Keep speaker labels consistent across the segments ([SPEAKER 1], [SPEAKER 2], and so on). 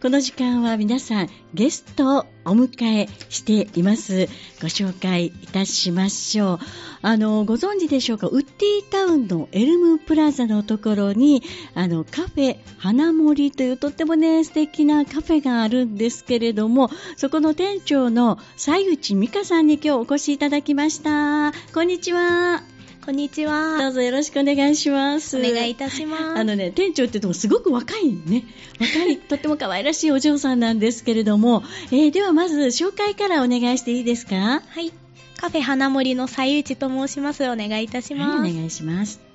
[SPEAKER 1] この時間は皆さんゲストをお迎えしていますご紹介いたしましょうあのご存知でしょうかウッディタウンのエルムプラザのところにあのカフェ花森というとってもね素敵なカフェがあるんですけれどもそこの店長の西内美香さんに今日お越しいただきましたこんにちは
[SPEAKER 2] こんにち
[SPEAKER 1] ど
[SPEAKER 2] は
[SPEAKER 1] う。ぞよろしくお願いします
[SPEAKER 2] お願いいたします。
[SPEAKER 1] あのね、店長って言ってもすごく若いね。若 い、とっても可愛らしいお嬢さんなんですけれども、えーではまず紹介からお願いしていいですか
[SPEAKER 2] はい。カフェ花森の西内と申します。お願いいたします。
[SPEAKER 1] はい、お願いします。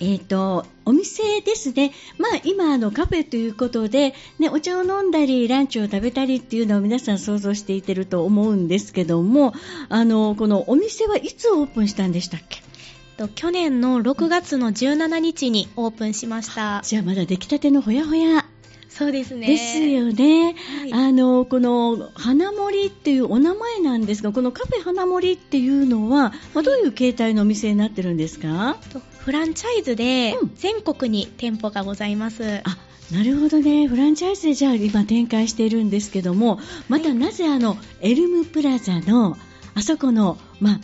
[SPEAKER 1] えっ、と、お店ですね。まあ、今、あの、カフェということで、ね、お茶を飲んだり、ランチを食べたりっていうのを皆さん想像していてると思うんですけども、あの、このお店はいつオープンしたんでしたっけ
[SPEAKER 2] と去年の6月の17日にオープンしました。
[SPEAKER 1] じゃあまだ出来たてのほやほや
[SPEAKER 2] そうですね。
[SPEAKER 1] ですよね。
[SPEAKER 2] はい。
[SPEAKER 1] あのこの花森っていうお名前なんですがこのカフェ花森っていうのは、まあ、どういう形態のお店になってるんですか
[SPEAKER 2] とフランチャイズで
[SPEAKER 1] うん
[SPEAKER 2] 全国に店舗がございます。
[SPEAKER 1] あなるほどねフランチャイズでじゃあ今展開しているんですけどもまたなぜあのエルムプラザのあそこの、まあ、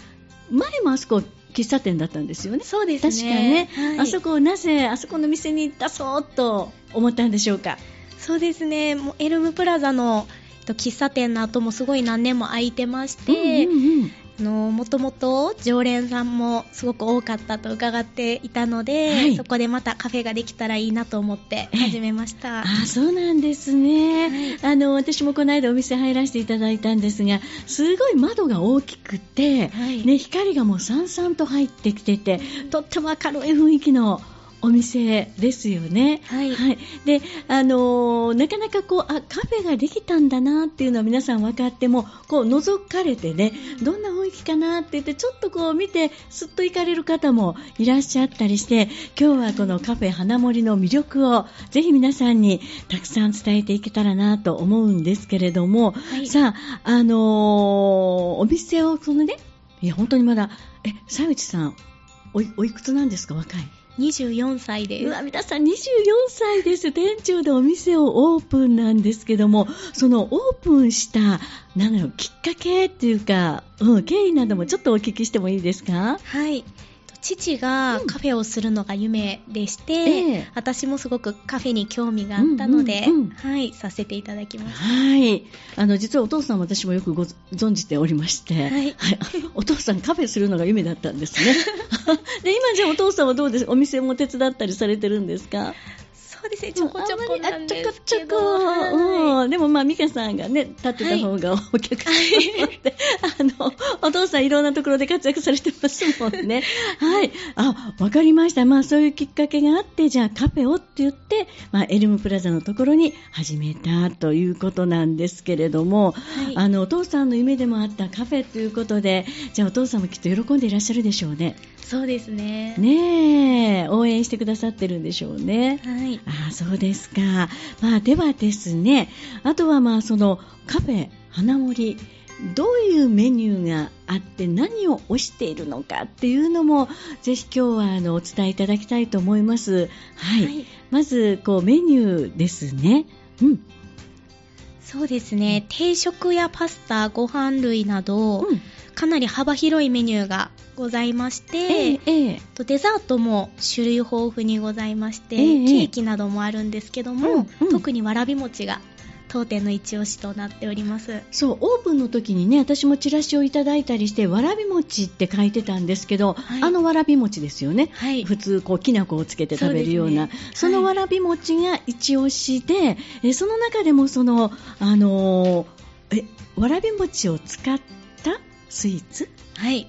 [SPEAKER 1] 前もあそこ喫茶店だったんですよね。
[SPEAKER 2] そうです
[SPEAKER 1] 確かね
[SPEAKER 2] ね。、はい
[SPEAKER 1] あそこをなぜあそこの店に出そうと思ったんでしょうか。
[SPEAKER 2] そうですね。もうエルムプラザのえっと喫茶店の後もすごい何年も空いてまして、
[SPEAKER 1] うんうんうん
[SPEAKER 2] あのもともと常連さんもすごく多かったと伺っていたので、
[SPEAKER 1] はい
[SPEAKER 2] そこでまたカフェができたらいいなと思って
[SPEAKER 1] ええ
[SPEAKER 2] 始めました、
[SPEAKER 1] あそうなんですね、
[SPEAKER 2] は
[SPEAKER 1] あの私もこの間お店入らせていただいたんですがすごい窓が大きくて、
[SPEAKER 2] はい
[SPEAKER 1] ね、光がもうさんさんと入ってきててとっても明るい雰囲気のお店ですよね。
[SPEAKER 2] はい
[SPEAKER 1] であのーなかなかこうあカフェができたんだなっていうのは皆さん分かってもこう覗かれてねどんな雰囲気かなって言ってちょっとこう見てすっと行かれる方もいらっしゃったりして今日はこのカフェ花森の魅力をぜひ皆さんにたくさん伝えていけたらなと思うんですけれども、
[SPEAKER 2] はい
[SPEAKER 1] さあ、あのーお店をそのねいや本当にまだえ西内さんおいおいくつなんですか若い
[SPEAKER 2] 24歳で
[SPEAKER 1] う
[SPEAKER 2] す
[SPEAKER 1] わ皆さん24歳です店長でお店をオープンなんですけどもそのオープンしたなんだろうきっかけっていうか、うん、経緯などもちょっとお聞きしてもいいですか、
[SPEAKER 2] はい父が
[SPEAKER 1] うん
[SPEAKER 2] カフェをするのが夢でして、
[SPEAKER 1] ええ
[SPEAKER 2] 私もすごくカフェに興味があったので、
[SPEAKER 1] うんうんうん
[SPEAKER 2] はいさせていただきまし
[SPEAKER 1] はいあの実はお父さん私もよくご存じておりまして、
[SPEAKER 2] はい
[SPEAKER 1] お父さんカフェするのが夢だったんですねで今じゃあお父さんはどうですお店も手伝ったりされてるんですか
[SPEAKER 2] たそうですねちょこちょこなん
[SPEAKER 1] あんまりあ
[SPEAKER 2] ですけど、
[SPEAKER 1] ちょこちょこ、
[SPEAKER 2] はい
[SPEAKER 1] うんでもまあ美香さんがね立ってた方がお客さんにとって、あのお父さんいろんなところで活躍されてますもんねはいあわかりましたまあそういうきっかけがあってじゃあカフェをって言って、まあ、エルムプラザのところに始めたということなんですけれども、
[SPEAKER 2] はい
[SPEAKER 1] あのお父さんの夢でもあったカフェということでじゃあお父さんもきっと喜んでいらっしゃるでしょうね
[SPEAKER 2] そうですね
[SPEAKER 1] ねえ応援してくださってるんでしょうね
[SPEAKER 2] はい
[SPEAKER 1] ああそうですか、まあ、ではですねあとはまあそのカフェ花森どういうメニューがあって何を推しているのかっていうのもぜひ今日はあのお伝えいただきたいと思います、はい
[SPEAKER 2] はい
[SPEAKER 1] まずこうメニューですね、うん
[SPEAKER 2] そうですね定食やパスタご飯類など、
[SPEAKER 1] うん
[SPEAKER 2] かなり幅広いメニューがございまし
[SPEAKER 1] え
[SPEAKER 2] て、
[SPEAKER 1] えええ
[SPEAKER 2] とデザートも種類豊富にございまして、
[SPEAKER 1] ええ
[SPEAKER 2] ケーキなどもあるんですけども、
[SPEAKER 1] うんうん
[SPEAKER 2] 特にわらび餅が当店の一押しとなっております
[SPEAKER 1] そうオープンの時にね私もチラシをいただいたりしてわらび餅って書いてたんですけど、
[SPEAKER 2] はい
[SPEAKER 1] あのわらび餅ですよね
[SPEAKER 2] はい
[SPEAKER 1] 普通こうきな粉をつけて食べるようなそ,、
[SPEAKER 2] そうですね
[SPEAKER 1] の
[SPEAKER 2] は
[SPEAKER 1] わ
[SPEAKER 2] い
[SPEAKER 1] らび餅が一押しで、えその中でもそのあのーえわらび餅を使ったスイーツ
[SPEAKER 2] はい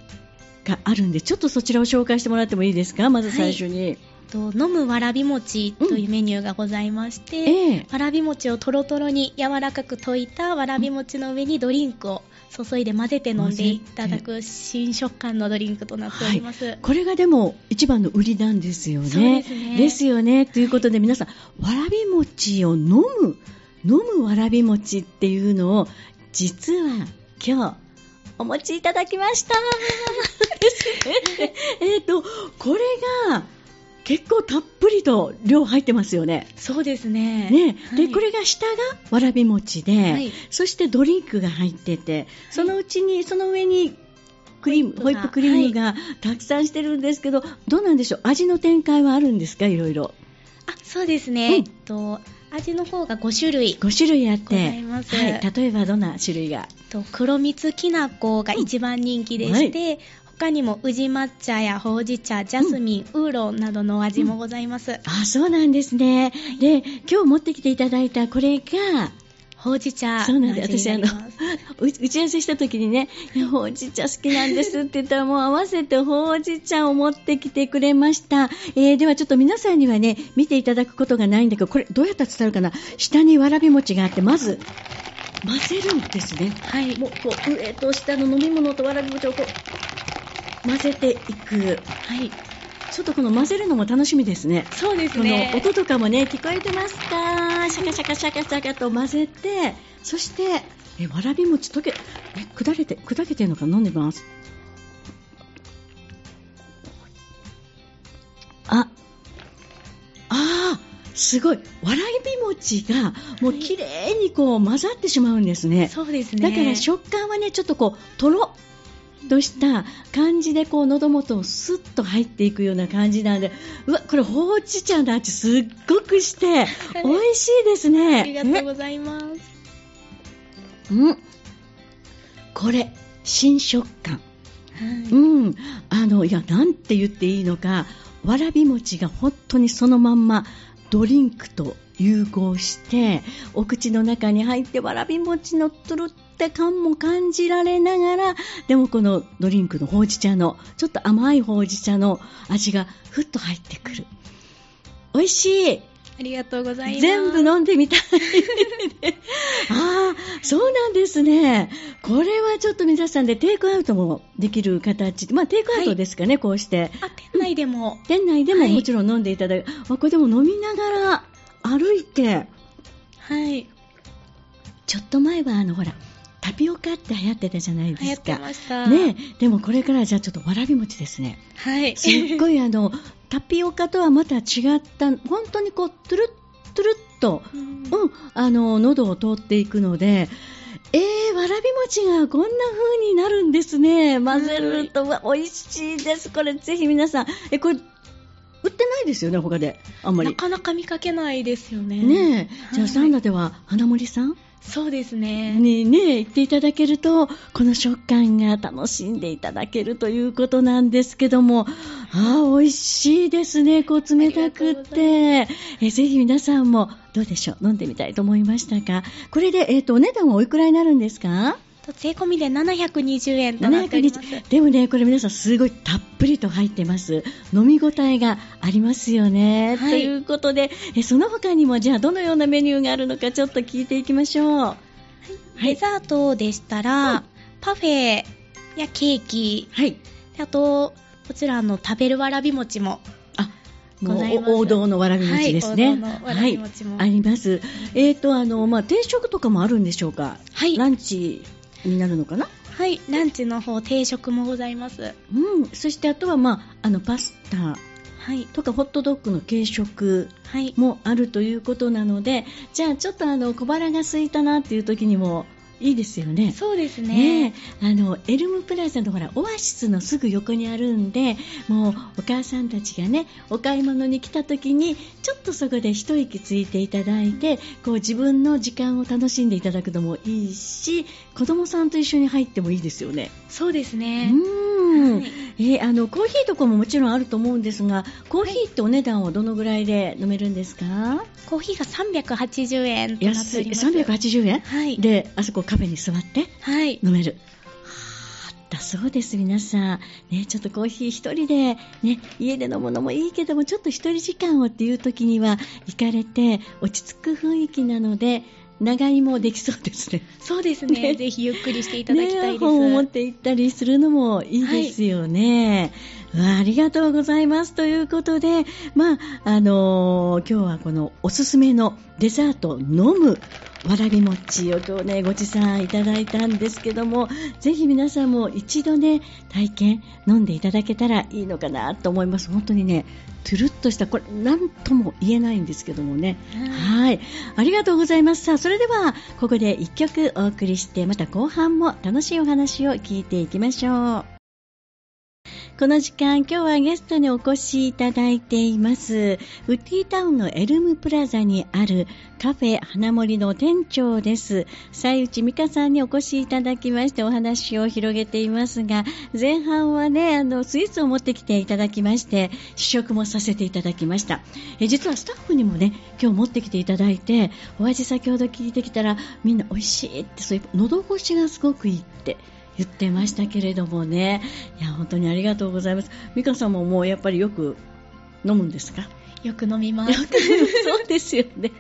[SPEAKER 1] があるんでちょっとそちらを紹介してもらってもいいですかまず最初に、
[SPEAKER 2] と飲むわらび餅というメニューがございまして、
[SPEAKER 1] ええ
[SPEAKER 2] わらび餅をとろとろに柔らかく溶いたわらび餅の上にドリンクを注いで混ぜて飲んでいただく新食感のドリンクとなっております、
[SPEAKER 1] これがでも一番の売りなんですよね。
[SPEAKER 2] そうですね
[SPEAKER 1] ですよね。ということで皆さん、わらび餅を飲む、飲むわらび餅っていうのを、実は今日、お持ちいただきました。ですね。えっと、これが、結結構たっぷりと量入ってますよね。
[SPEAKER 2] そうですね。
[SPEAKER 1] ね、
[SPEAKER 2] は
[SPEAKER 1] で
[SPEAKER 2] い
[SPEAKER 1] これが下がわらび餅で、
[SPEAKER 2] はい
[SPEAKER 1] そしてドリンクが入ってて、そのうちにその上にクリームホ
[SPEAKER 2] ホ
[SPEAKER 1] イ
[SPEAKER 2] イ
[SPEAKER 1] ッ
[SPEAKER 2] ッ
[SPEAKER 1] プ
[SPEAKER 2] プが
[SPEAKER 1] クリームがたくさんしてるんですけど、どうなんでしょう味の展開はあるんですかいろいろ
[SPEAKER 2] あ、そうですね。
[SPEAKER 1] うん
[SPEAKER 2] えっと味の方が5種類。
[SPEAKER 1] 5種類あって
[SPEAKER 2] ございます
[SPEAKER 1] はい、例えばどんな種類が
[SPEAKER 2] えっと黒蜜きな粉が一番人気でして、他にも宇治抹茶やほうじ茶、ジャスミン、ウーロンなどのお味もございます。
[SPEAKER 1] あそうなんですねで今日持ってきていただいたこれが
[SPEAKER 2] ほうじ茶
[SPEAKER 1] そうなんで
[SPEAKER 2] 味に
[SPEAKER 1] 私あの
[SPEAKER 2] ります
[SPEAKER 1] う打ち合わせした時にねいやほうじ茶好きなんですって言ったらもう合わせてほうじ茶を持ってきてくれました、えーではちょっと皆さんにはね見ていただくことがないんだけどこれどうやったら伝わるかな下にわらび餅があってまず混ぜるんですね
[SPEAKER 2] はい。
[SPEAKER 1] もうこう上と下の飲み物とわらび餅をこう混ぜていく
[SPEAKER 2] はい。
[SPEAKER 1] ちょっとこの混ぜるのも楽しみですね
[SPEAKER 2] そうです
[SPEAKER 1] この
[SPEAKER 2] ね。
[SPEAKER 1] 音とかもね聞こえてますかシャカシャカシャカシャカと混ぜてそしてえわらび餅溶けえ砕けて砕けてるのか飲んでみますああーすごいわらび餅がもう綺麗にこう混ざってしまうんですね
[SPEAKER 2] そうですね。
[SPEAKER 1] だから食感はねちょっとこうとろっとした感じでこう喉元をスッと入っていくような感じなんでうわこれほうじ茶の味すっごくして美味しいですね
[SPEAKER 2] ありがとうございます。
[SPEAKER 1] うんこれ新食感
[SPEAKER 2] はい
[SPEAKER 1] うんあのいやなんて言っていいのかわらび餅が本当にそのまんまドリンクと融合してお口の中に入ってわらび餅のとろった感も感じられながらでもこのドリンクのほうじ茶のちょっと甘いほうじ茶の味がふっと入ってくる美味しい
[SPEAKER 2] ありがとうございます。
[SPEAKER 1] 全部飲んでみたい。 ああ、そうなんですね。これはちょっと皆さんでテイクアウトもできる形。まあテイクアウトですかね、こうして。
[SPEAKER 2] あ、店内でも。
[SPEAKER 1] 店内でも
[SPEAKER 2] はい
[SPEAKER 1] もちろん飲んでいただく。あこれでも飲みながら歩いて、
[SPEAKER 2] はい。
[SPEAKER 1] ちょっと前はあのほら、タピオカって流行ってたじゃない
[SPEAKER 2] 流
[SPEAKER 1] で
[SPEAKER 2] 行
[SPEAKER 1] す
[SPEAKER 2] って
[SPEAKER 1] か。
[SPEAKER 2] ました。
[SPEAKER 1] ねえでもこれからはじゃあちょっとわらび餅ですね。
[SPEAKER 2] はい。
[SPEAKER 1] すっごいあの、タピオカとはまた違った、本当にこう、トゥルットゥルッと、
[SPEAKER 2] うん
[SPEAKER 1] うん、あの喉を通っていくので、えー、わらび餅がこんな風になるんですね。混ぜると、うわ美味しいです。これぜひ皆さん、えこれ売ってないですよね他であんま
[SPEAKER 2] な
[SPEAKER 1] り。
[SPEAKER 2] かなか見かけないですよね。
[SPEAKER 1] ねえ、じゃ
[SPEAKER 2] は
[SPEAKER 1] あ
[SPEAKER 2] い
[SPEAKER 1] サンダでは花森さん
[SPEAKER 2] そうですね。
[SPEAKER 1] にね行っていただけるとこの食感が楽しんでいただけるということなんですけどもあー美味しいですねこう冷たくってえぜひ皆さんもどうでしょう飲んでみたいと思いましたがこれで、えー、とお値段はおいくらになるんですか
[SPEAKER 2] と税込みで720円となっております。
[SPEAKER 1] 720でもねこれ皆さんすごいたっぷりと入ってます飲み応えがありますよね、
[SPEAKER 2] はい
[SPEAKER 1] ということでえその他にもじゃあどのようなメニューがあるのかちょっと聞いていきましょう
[SPEAKER 2] デザートでしたら、
[SPEAKER 1] うん
[SPEAKER 2] パフェやケーキ、
[SPEAKER 1] はい
[SPEAKER 2] あと、こちらあの食べるわらび餅も。
[SPEAKER 1] もう
[SPEAKER 2] ございます
[SPEAKER 1] お王道のわらび餅ですね。
[SPEAKER 2] はい、王道のわらび餅も。
[SPEAKER 1] はいあります。えっ、とあのまあ定食とかもあるんでしょうか。
[SPEAKER 2] はい
[SPEAKER 1] ランチになるのかな。
[SPEAKER 2] はい、ランチの方、定食もございます。
[SPEAKER 1] うん。そしてあとはまああのパスタ
[SPEAKER 2] はい、
[SPEAKER 1] とかホットドッグの軽食
[SPEAKER 2] はい、
[SPEAKER 1] もあるということなので、じゃあちょっとあの小腹が空いたなっていう時にもいいですよね。
[SPEAKER 2] そうですね。
[SPEAKER 1] ねえ、あのエルムプラザのほらオアシスのすぐ横にあるんでもうお母さんたちがねお買い物に来た時にちょっとそこで一息ついていただいてこう自分の時間を楽しんでいただくのもいいし子供さんと一緒に入ってもいいですよね。
[SPEAKER 2] そうです
[SPEAKER 1] う
[SPEAKER 2] ね。
[SPEAKER 1] ーん
[SPEAKER 2] はい
[SPEAKER 1] えーあのコーヒーとかももちろんあると思うんですがコーヒーってお値段はどのぐらいで飲めるんですか
[SPEAKER 2] コーヒーが380円となって
[SPEAKER 1] 安
[SPEAKER 2] お
[SPEAKER 1] い
[SPEAKER 2] ります。
[SPEAKER 1] 380円、
[SPEAKER 2] はい。
[SPEAKER 1] であそこカフェに座って
[SPEAKER 2] はい。
[SPEAKER 1] 飲める。だそうです皆さん、ね、ちょっとコーヒー一人で、ね、家で飲むのもいいけどもちょっと一人時間をっていう時には行かれて落ち着く雰囲気なので長居もできそうですね。
[SPEAKER 2] そうですね。
[SPEAKER 1] ね
[SPEAKER 2] ぜひゆっくりしていただきた
[SPEAKER 1] ね
[SPEAKER 2] いです。
[SPEAKER 1] 本を持って行ったりするのもいいですよね。わあありがとうございます。ということで、まあ、あのー今日はこのおすすめのデザート、飲む、わらび餅を今日ね、ご持参いただいたんですけども、ぜひ皆さんも一度ね、体験、飲んでいただけたらいいのかなと思います。本当にね、トゥルッとした、これ、なんとも言えないんですけどもね。はい。ありがとうございます。さあ、それでは、ここで一曲お送りして、また後半も楽しいお話を聞いていきましょう。この時間、今日はゲストにお越しいただいています。ウッディタウンのエルムプラザにあるカフェ花森の店長です。西内美香さんにお越しいただきましてお話を広げていますが、前半はね、あの、スイーツを持ってきていただきまして、試食もさせていただきました。え実はスタッフにもね、今日持ってきていただいて、お味先ほど聞いてきたら、みんな美味しいって、そういう喉越しがすごくいいって。言ってましたけれどもねいや本当にありがとうございます美香さんももうやっぱりよく飲むんですか
[SPEAKER 2] よく飲みま す。
[SPEAKER 1] そうですよね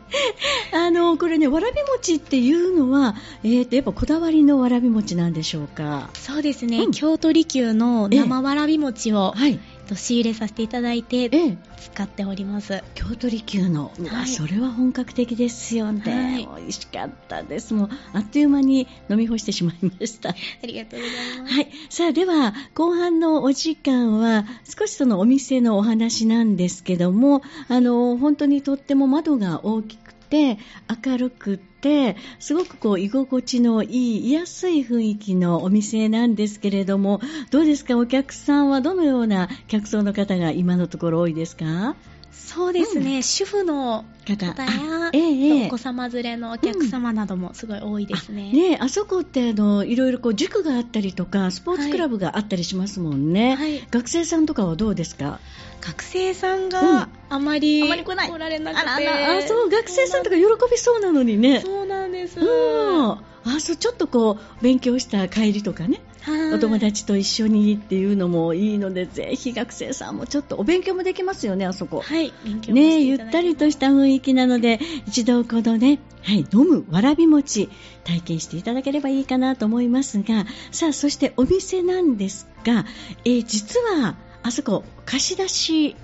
[SPEAKER 1] あのこれねわらび餅っていうのは、えー、とやっぱこだわりのわらび餅なんでしょうか
[SPEAKER 2] そうですね、
[SPEAKER 1] うん
[SPEAKER 2] 京都利休の生わらび餅を、
[SPEAKER 1] はい
[SPEAKER 2] えっと仕入れさせていただいて
[SPEAKER 1] ええ
[SPEAKER 2] 使っております。
[SPEAKER 1] 京都利休の、うわ
[SPEAKER 2] はい
[SPEAKER 1] それは本格的ですよね、
[SPEAKER 2] は
[SPEAKER 1] 美味しかったですもうあっという間に飲み干してしまいました
[SPEAKER 2] ありがとうございます。
[SPEAKER 1] はい。さあ、では、後半のお時間は、少しそのお店のお話なんですけども、あの、本当にとっても窓が大きくて、明るくて、すごくこう、居心地のいい、居やすい雰囲気のお店なんですけれども、どうですかお客さんはどのような客層の方が今のところ多いですか
[SPEAKER 2] そうですね、主婦の
[SPEAKER 1] 方。
[SPEAKER 2] 方
[SPEAKER 1] あ
[SPEAKER 2] や、
[SPEAKER 1] えええ
[SPEAKER 2] お子
[SPEAKER 1] え
[SPEAKER 2] 様連れのお客様などもすごい多いですね。
[SPEAKER 1] ねえあそこってあのいろいろこう塾があったりとかスポーツクラブがあったりしますもんね、
[SPEAKER 2] はい、
[SPEAKER 1] 学生さんとかはどうですか
[SPEAKER 2] 学生さん
[SPEAKER 1] うん
[SPEAKER 2] があまり
[SPEAKER 1] あまり来ない
[SPEAKER 2] 来られなくて、
[SPEAKER 1] あらあそう学生さんとか喜びそうなのにね
[SPEAKER 2] そうなんです、
[SPEAKER 1] うんあそうちょっとこう勉強した帰りとかね
[SPEAKER 2] はい
[SPEAKER 1] お友達と一緒にっていうのもいいのでぜひ学生さんもちょっとお勉強もできますよねあそこ。
[SPEAKER 2] はい勉強も
[SPEAKER 1] ねえ
[SPEAKER 2] して
[SPEAKER 1] ゆ
[SPEAKER 2] い
[SPEAKER 1] った
[SPEAKER 2] だ
[SPEAKER 1] た
[SPEAKER 2] いて
[SPEAKER 1] りとした雰囲気なので一度このね、はい、飲むわらび餅体験していただければいいかなと思いますがさあそしてお店なんですが、えー実はあそこ貸し出し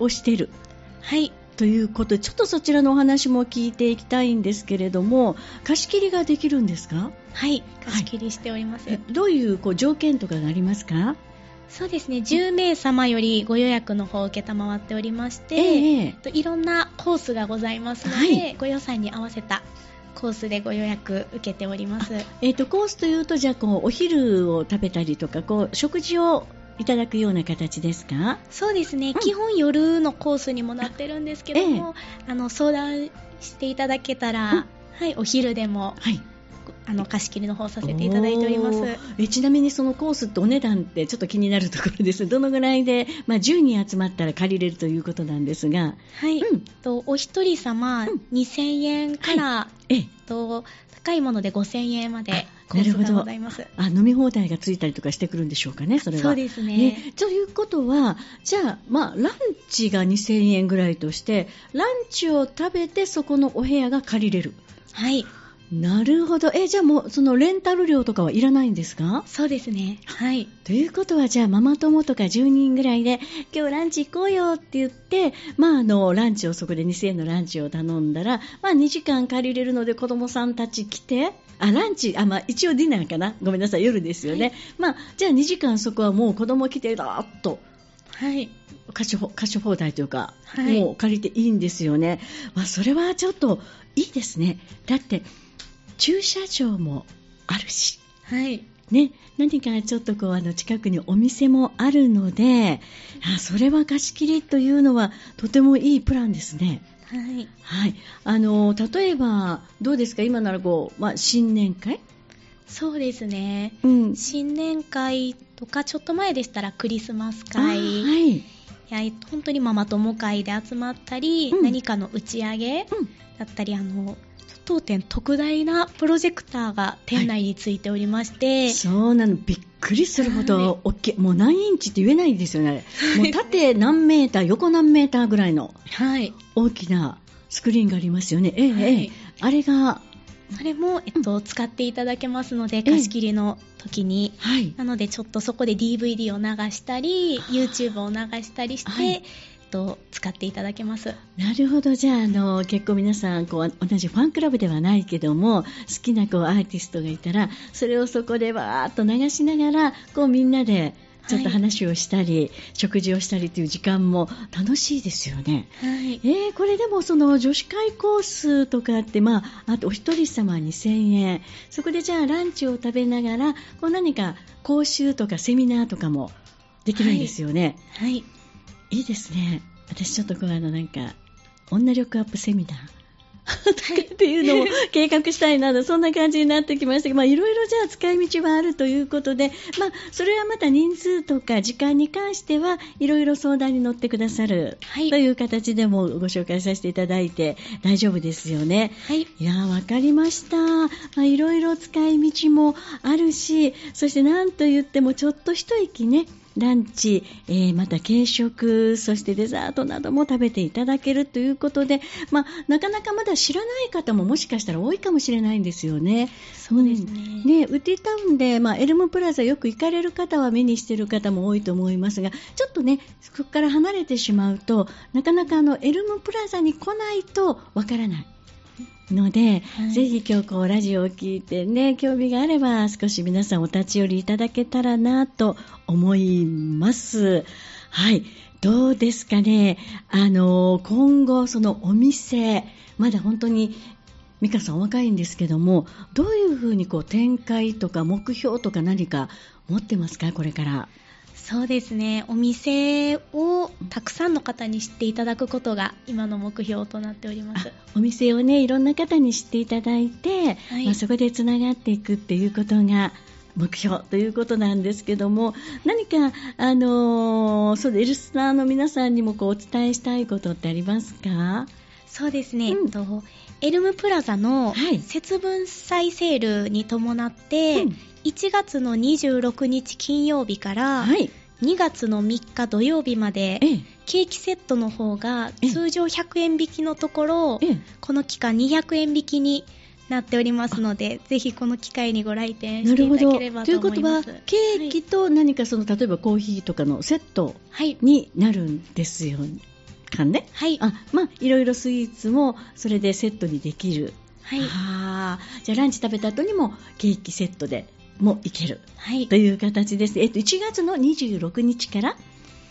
[SPEAKER 1] をしている
[SPEAKER 2] はい
[SPEAKER 1] ということでちょっとそちらのお話も聞いていきたいんですけれども貸し切りができるんですか
[SPEAKER 2] はい貸し切りしております、
[SPEAKER 1] えどういうこう条件とかがありますか
[SPEAKER 2] そうですね10名様よりご予約の方を承っておりまして、
[SPEAKER 1] ええ
[SPEAKER 2] えっといろんなコースがございますので、
[SPEAKER 1] はい
[SPEAKER 2] ご予算に合わせたコースでご予約受けております
[SPEAKER 1] えーとコースというとじゃあこうお昼を食べたりとかこう食事をいただくような形ですか
[SPEAKER 2] そうですね、
[SPEAKER 1] ん
[SPEAKER 2] 基本夜のコースにもなってるんですけども、あの相談していただけたら、
[SPEAKER 1] うん
[SPEAKER 2] はい、お昼でも
[SPEAKER 1] はい
[SPEAKER 2] あの貸し切りの方させていただいております
[SPEAKER 1] おーえちなみにそのコースってお値段ってちょっと気になるところですどのぐらいで、まあ、10人集まったら借りれるということなんですが、
[SPEAKER 2] はい、
[SPEAKER 1] うん
[SPEAKER 2] とお一人様
[SPEAKER 1] うん
[SPEAKER 2] 2000円から、
[SPEAKER 1] ええ
[SPEAKER 2] と高いもので5000円までコ
[SPEAKER 1] な
[SPEAKER 2] ー
[SPEAKER 1] る
[SPEAKER 2] ス
[SPEAKER 1] ほど
[SPEAKER 2] がございます
[SPEAKER 1] あ飲み放題がついたりとかしてくるんでしょうかねそれは
[SPEAKER 2] そうですね
[SPEAKER 1] ね、ということは、じゃあ、まあ、ランチが2000円ぐらいとして、ランチを食べて、そこのお部屋が借りれる。
[SPEAKER 2] はい
[SPEAKER 1] なるほど。え、じゃあもう、そのレンタル料とかはいらないんですか
[SPEAKER 2] そうですねはい
[SPEAKER 1] ということは、じゃあ、ママ友とか10人ぐらいで、今日ランチ行こうよって言って、まあ、あの、ランチをそこで2000円のランチを頼んだら、まあ、2時間借りれるので、子供さんたち来て、あ、ランチ、あ、まあ、一応ディナーかな。ごめんなさい、夜ですよね。まあ、じゃあ2時間そこはもう子供来て、だーっと
[SPEAKER 2] はい
[SPEAKER 1] 貸しほ貸し放題というか、
[SPEAKER 2] はい
[SPEAKER 1] もう借りていいんですよね、まあ、それはちょっといいですねだって駐車場もあるし、
[SPEAKER 2] はい
[SPEAKER 1] ね、何かちょっとこうあの近くにお店もあるのであそれは貸し切りというのはとてもいいプランですね。
[SPEAKER 2] はい
[SPEAKER 1] はい、あの例えば、どうですか、今ならこう、まあ、新年会、
[SPEAKER 2] そうですね
[SPEAKER 1] うん
[SPEAKER 2] 新年会とかちょっと前でしたらクリスマス
[SPEAKER 1] あ
[SPEAKER 2] 会
[SPEAKER 1] ー
[SPEAKER 2] い
[SPEAKER 1] はい
[SPEAKER 2] やえっと本当にママ友会で集まったり、
[SPEAKER 1] うん
[SPEAKER 2] 何かの打ち上げ
[SPEAKER 1] うん
[SPEAKER 2] だったりあの当店特大なプロジェクターが店内についておりまして、
[SPEAKER 1] そうなのびっくりするほ
[SPEAKER 2] はい
[SPEAKER 1] ど大きい、もう何インチって言えないですよね、あれもう縦何メーター、横何メーターぐらいの
[SPEAKER 2] はい
[SPEAKER 1] 大きなスクリーンがありますよね、ええ
[SPEAKER 2] はい
[SPEAKER 1] ええあれが
[SPEAKER 2] それも、えっと、使っていただけますので貸し切りの時に、
[SPEAKER 1] はい。
[SPEAKER 2] なのでちょっとそこで DVD を流したり YouTube を流したりして、
[SPEAKER 1] はい
[SPEAKER 2] えっと、使っていただけます
[SPEAKER 1] なるほど。じゃあ、あの、結構皆さん、こう、同じファンクラブではないけども、好きなこう、アーティストがいたら、それをそこでわーっと流しながら、こう、みんなで、ちょっと
[SPEAKER 2] はい
[SPEAKER 1] 話をしたり、食事をしたりという時間も楽しいですよね。
[SPEAKER 2] はい
[SPEAKER 1] えーこれでもその女子会コースとかって、まあ、あとお一人様2000円そこでじゃあランチを食べながらこう何か講習とかセミナーとかもできるんですよね、
[SPEAKER 2] はい
[SPEAKER 1] い、いですね私ちょっとこうあのなんか女力アップセミナー っていうのを計画したいなどそんな感じになってきましたけどまあいろいろじゃあ使い道はあるということで、まあ、それはまた人数とか時間に関してはいろいろ相談に乗ってくださる
[SPEAKER 2] はい
[SPEAKER 1] という形でもご紹介させていただいて大丈夫ですよね。
[SPEAKER 2] はい
[SPEAKER 1] いやーわかりました、まあ、いろいろ使い道もあるしそしてなんと言ってもちょっと一息ねランチ、えーまた軽食そしてデザートなども食べていただけるということで、まあ、なかなかまだ知らない方ももしかしたら多いかもしれないんですよね。
[SPEAKER 2] そうですね、
[SPEAKER 1] うんね、ウッディタウンで、まあ、エルムプラザよく行かれる方は目にしている方も多いと思いますがちょっとねそこから離れてしまうとなかなかあのエルムプラザに来ないとわからない。ので、
[SPEAKER 2] はい
[SPEAKER 1] ぜひ今日こうラジオを聞いてね興味があれば少し皆さんお立ち寄りいただけたらなと思います。はいどうですかねあの今後そのお店まだ本当に美香さんお若いんですけどもどういうふうにこう展開とか目標とか何か持ってますかこれから
[SPEAKER 2] そうですねお店をたくさんの方に知っていただくことが今の目標となっております
[SPEAKER 1] あ お店をねいろんな方に知っていただいて、
[SPEAKER 2] はい
[SPEAKER 1] まあ、そこでつながっていくっていうことが目標ということなんですけども何かあのーそうでエルスターの皆さんにもこうお伝えしたいことってありますか
[SPEAKER 2] そうですね、
[SPEAKER 1] うん
[SPEAKER 2] えっとエルムプラザの
[SPEAKER 1] はい
[SPEAKER 2] 節分祭セールに伴って、
[SPEAKER 1] うん
[SPEAKER 2] 1月の26日金曜日から
[SPEAKER 1] はい、
[SPEAKER 2] 2月の3日土曜日まで、
[SPEAKER 1] ええ
[SPEAKER 2] ケーキセットの方が
[SPEAKER 1] ええ
[SPEAKER 2] 通常100円引きのところ、
[SPEAKER 1] ええ
[SPEAKER 2] この期間200円引きになっておりますので、ぜひこの機会にご来店し
[SPEAKER 1] な
[SPEAKER 2] て
[SPEAKER 1] る
[SPEAKER 2] い
[SPEAKER 1] ほ
[SPEAKER 2] ただ
[SPEAKER 1] ど。
[SPEAKER 2] ければと
[SPEAKER 1] いうこ
[SPEAKER 2] 思い
[SPEAKER 1] と
[SPEAKER 2] ま
[SPEAKER 1] は、
[SPEAKER 2] す。
[SPEAKER 1] ケーキと何かその、例えばコーヒーとかのセット
[SPEAKER 2] はい、
[SPEAKER 1] になるんですよ。かね。
[SPEAKER 2] はい、
[SPEAKER 1] あ、まあ、いろいろスイーツも、それでセットにできる。
[SPEAKER 2] はい、
[SPEAKER 1] あーじゃあ、ランチ食べた後にも、ケーキセットでもいける。
[SPEAKER 2] はい
[SPEAKER 1] と、いう形です。えっと、1月の26日から、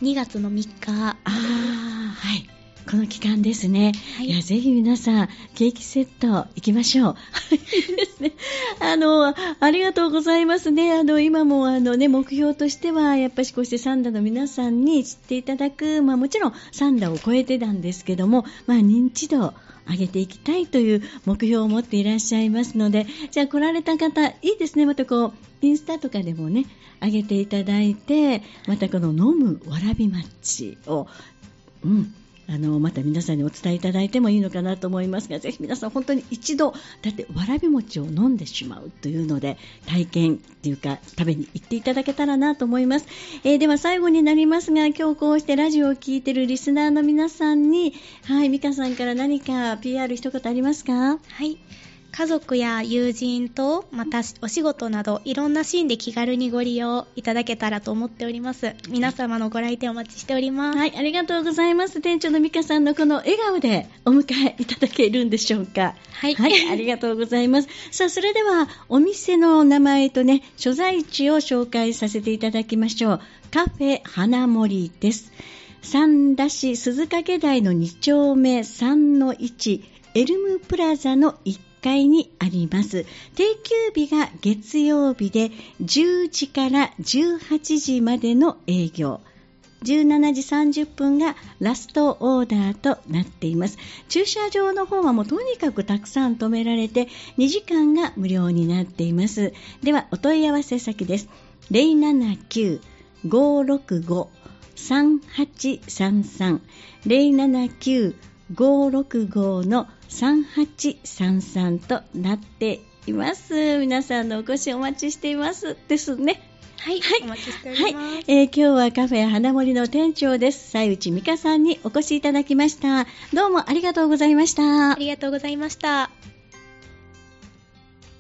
[SPEAKER 2] 2月の3日、
[SPEAKER 1] あーはい。この期間ですね。
[SPEAKER 2] い
[SPEAKER 1] い、や、ぜひ皆さん、ケーキセット行きましょう。 いいですね。あの、ありがとうございますね。あの、今も、あのね、目標としては、やっぱりこうしてサンダの皆さんに知っていただく、まあもちろんサンダを超えてたんですけども、まあ認知度を上げていきたいという目標を持っていらっしゃいますので、じゃあ来られた方、いいですね。またこう、インスタとかでもね、上げていただいて、またこの飲むわらびマッチを、うん、あのまた皆さんにお伝えいただいてもいいのかなと思いますがぜひ皆さん本当に一度だってわらび餅を飲んでしまうというので体験っていうか食べに行っていただけたらなと思います、えーでは最後になりますが今日こうしてラジオを聞いているリスナーの皆さんにはい美香さんから何か PR 一言ありますか
[SPEAKER 2] はい。家族や友人と、またお仕事など、いろんなシーンで気軽にご利用いただけたらと思っております。皆様のご来店お待ちしております。
[SPEAKER 1] はいありがとうございます店長の美香さんのこの笑顔でお迎えいただけるんでしょうか
[SPEAKER 2] はい
[SPEAKER 1] はい、ありがとうございます。さあ、それでは、お店の名前とね、所在地を紹介させていただきましょう。カフェ花森です。三田市鈴掛台の2丁目3の1、エルムプラザの1階にあります。定休日が月曜日で、10時から18時までの営業。17時30分がラストオーダーとなっています駐車場の方はもうとにかくたくさん止められて2時間が無料になっていますではお問い合わせ先です079-565-3833 079-565の3833となっています皆さんのお越しお待ちしていますですね
[SPEAKER 2] はい。
[SPEAKER 1] はい
[SPEAKER 2] お待ちしてお
[SPEAKER 1] はい
[SPEAKER 2] ります。、
[SPEAKER 1] えー今日はカフェ花森の店長です。西内美香さんにお越しいただきました。どうもありがとうございました。
[SPEAKER 2] ありがとうございました。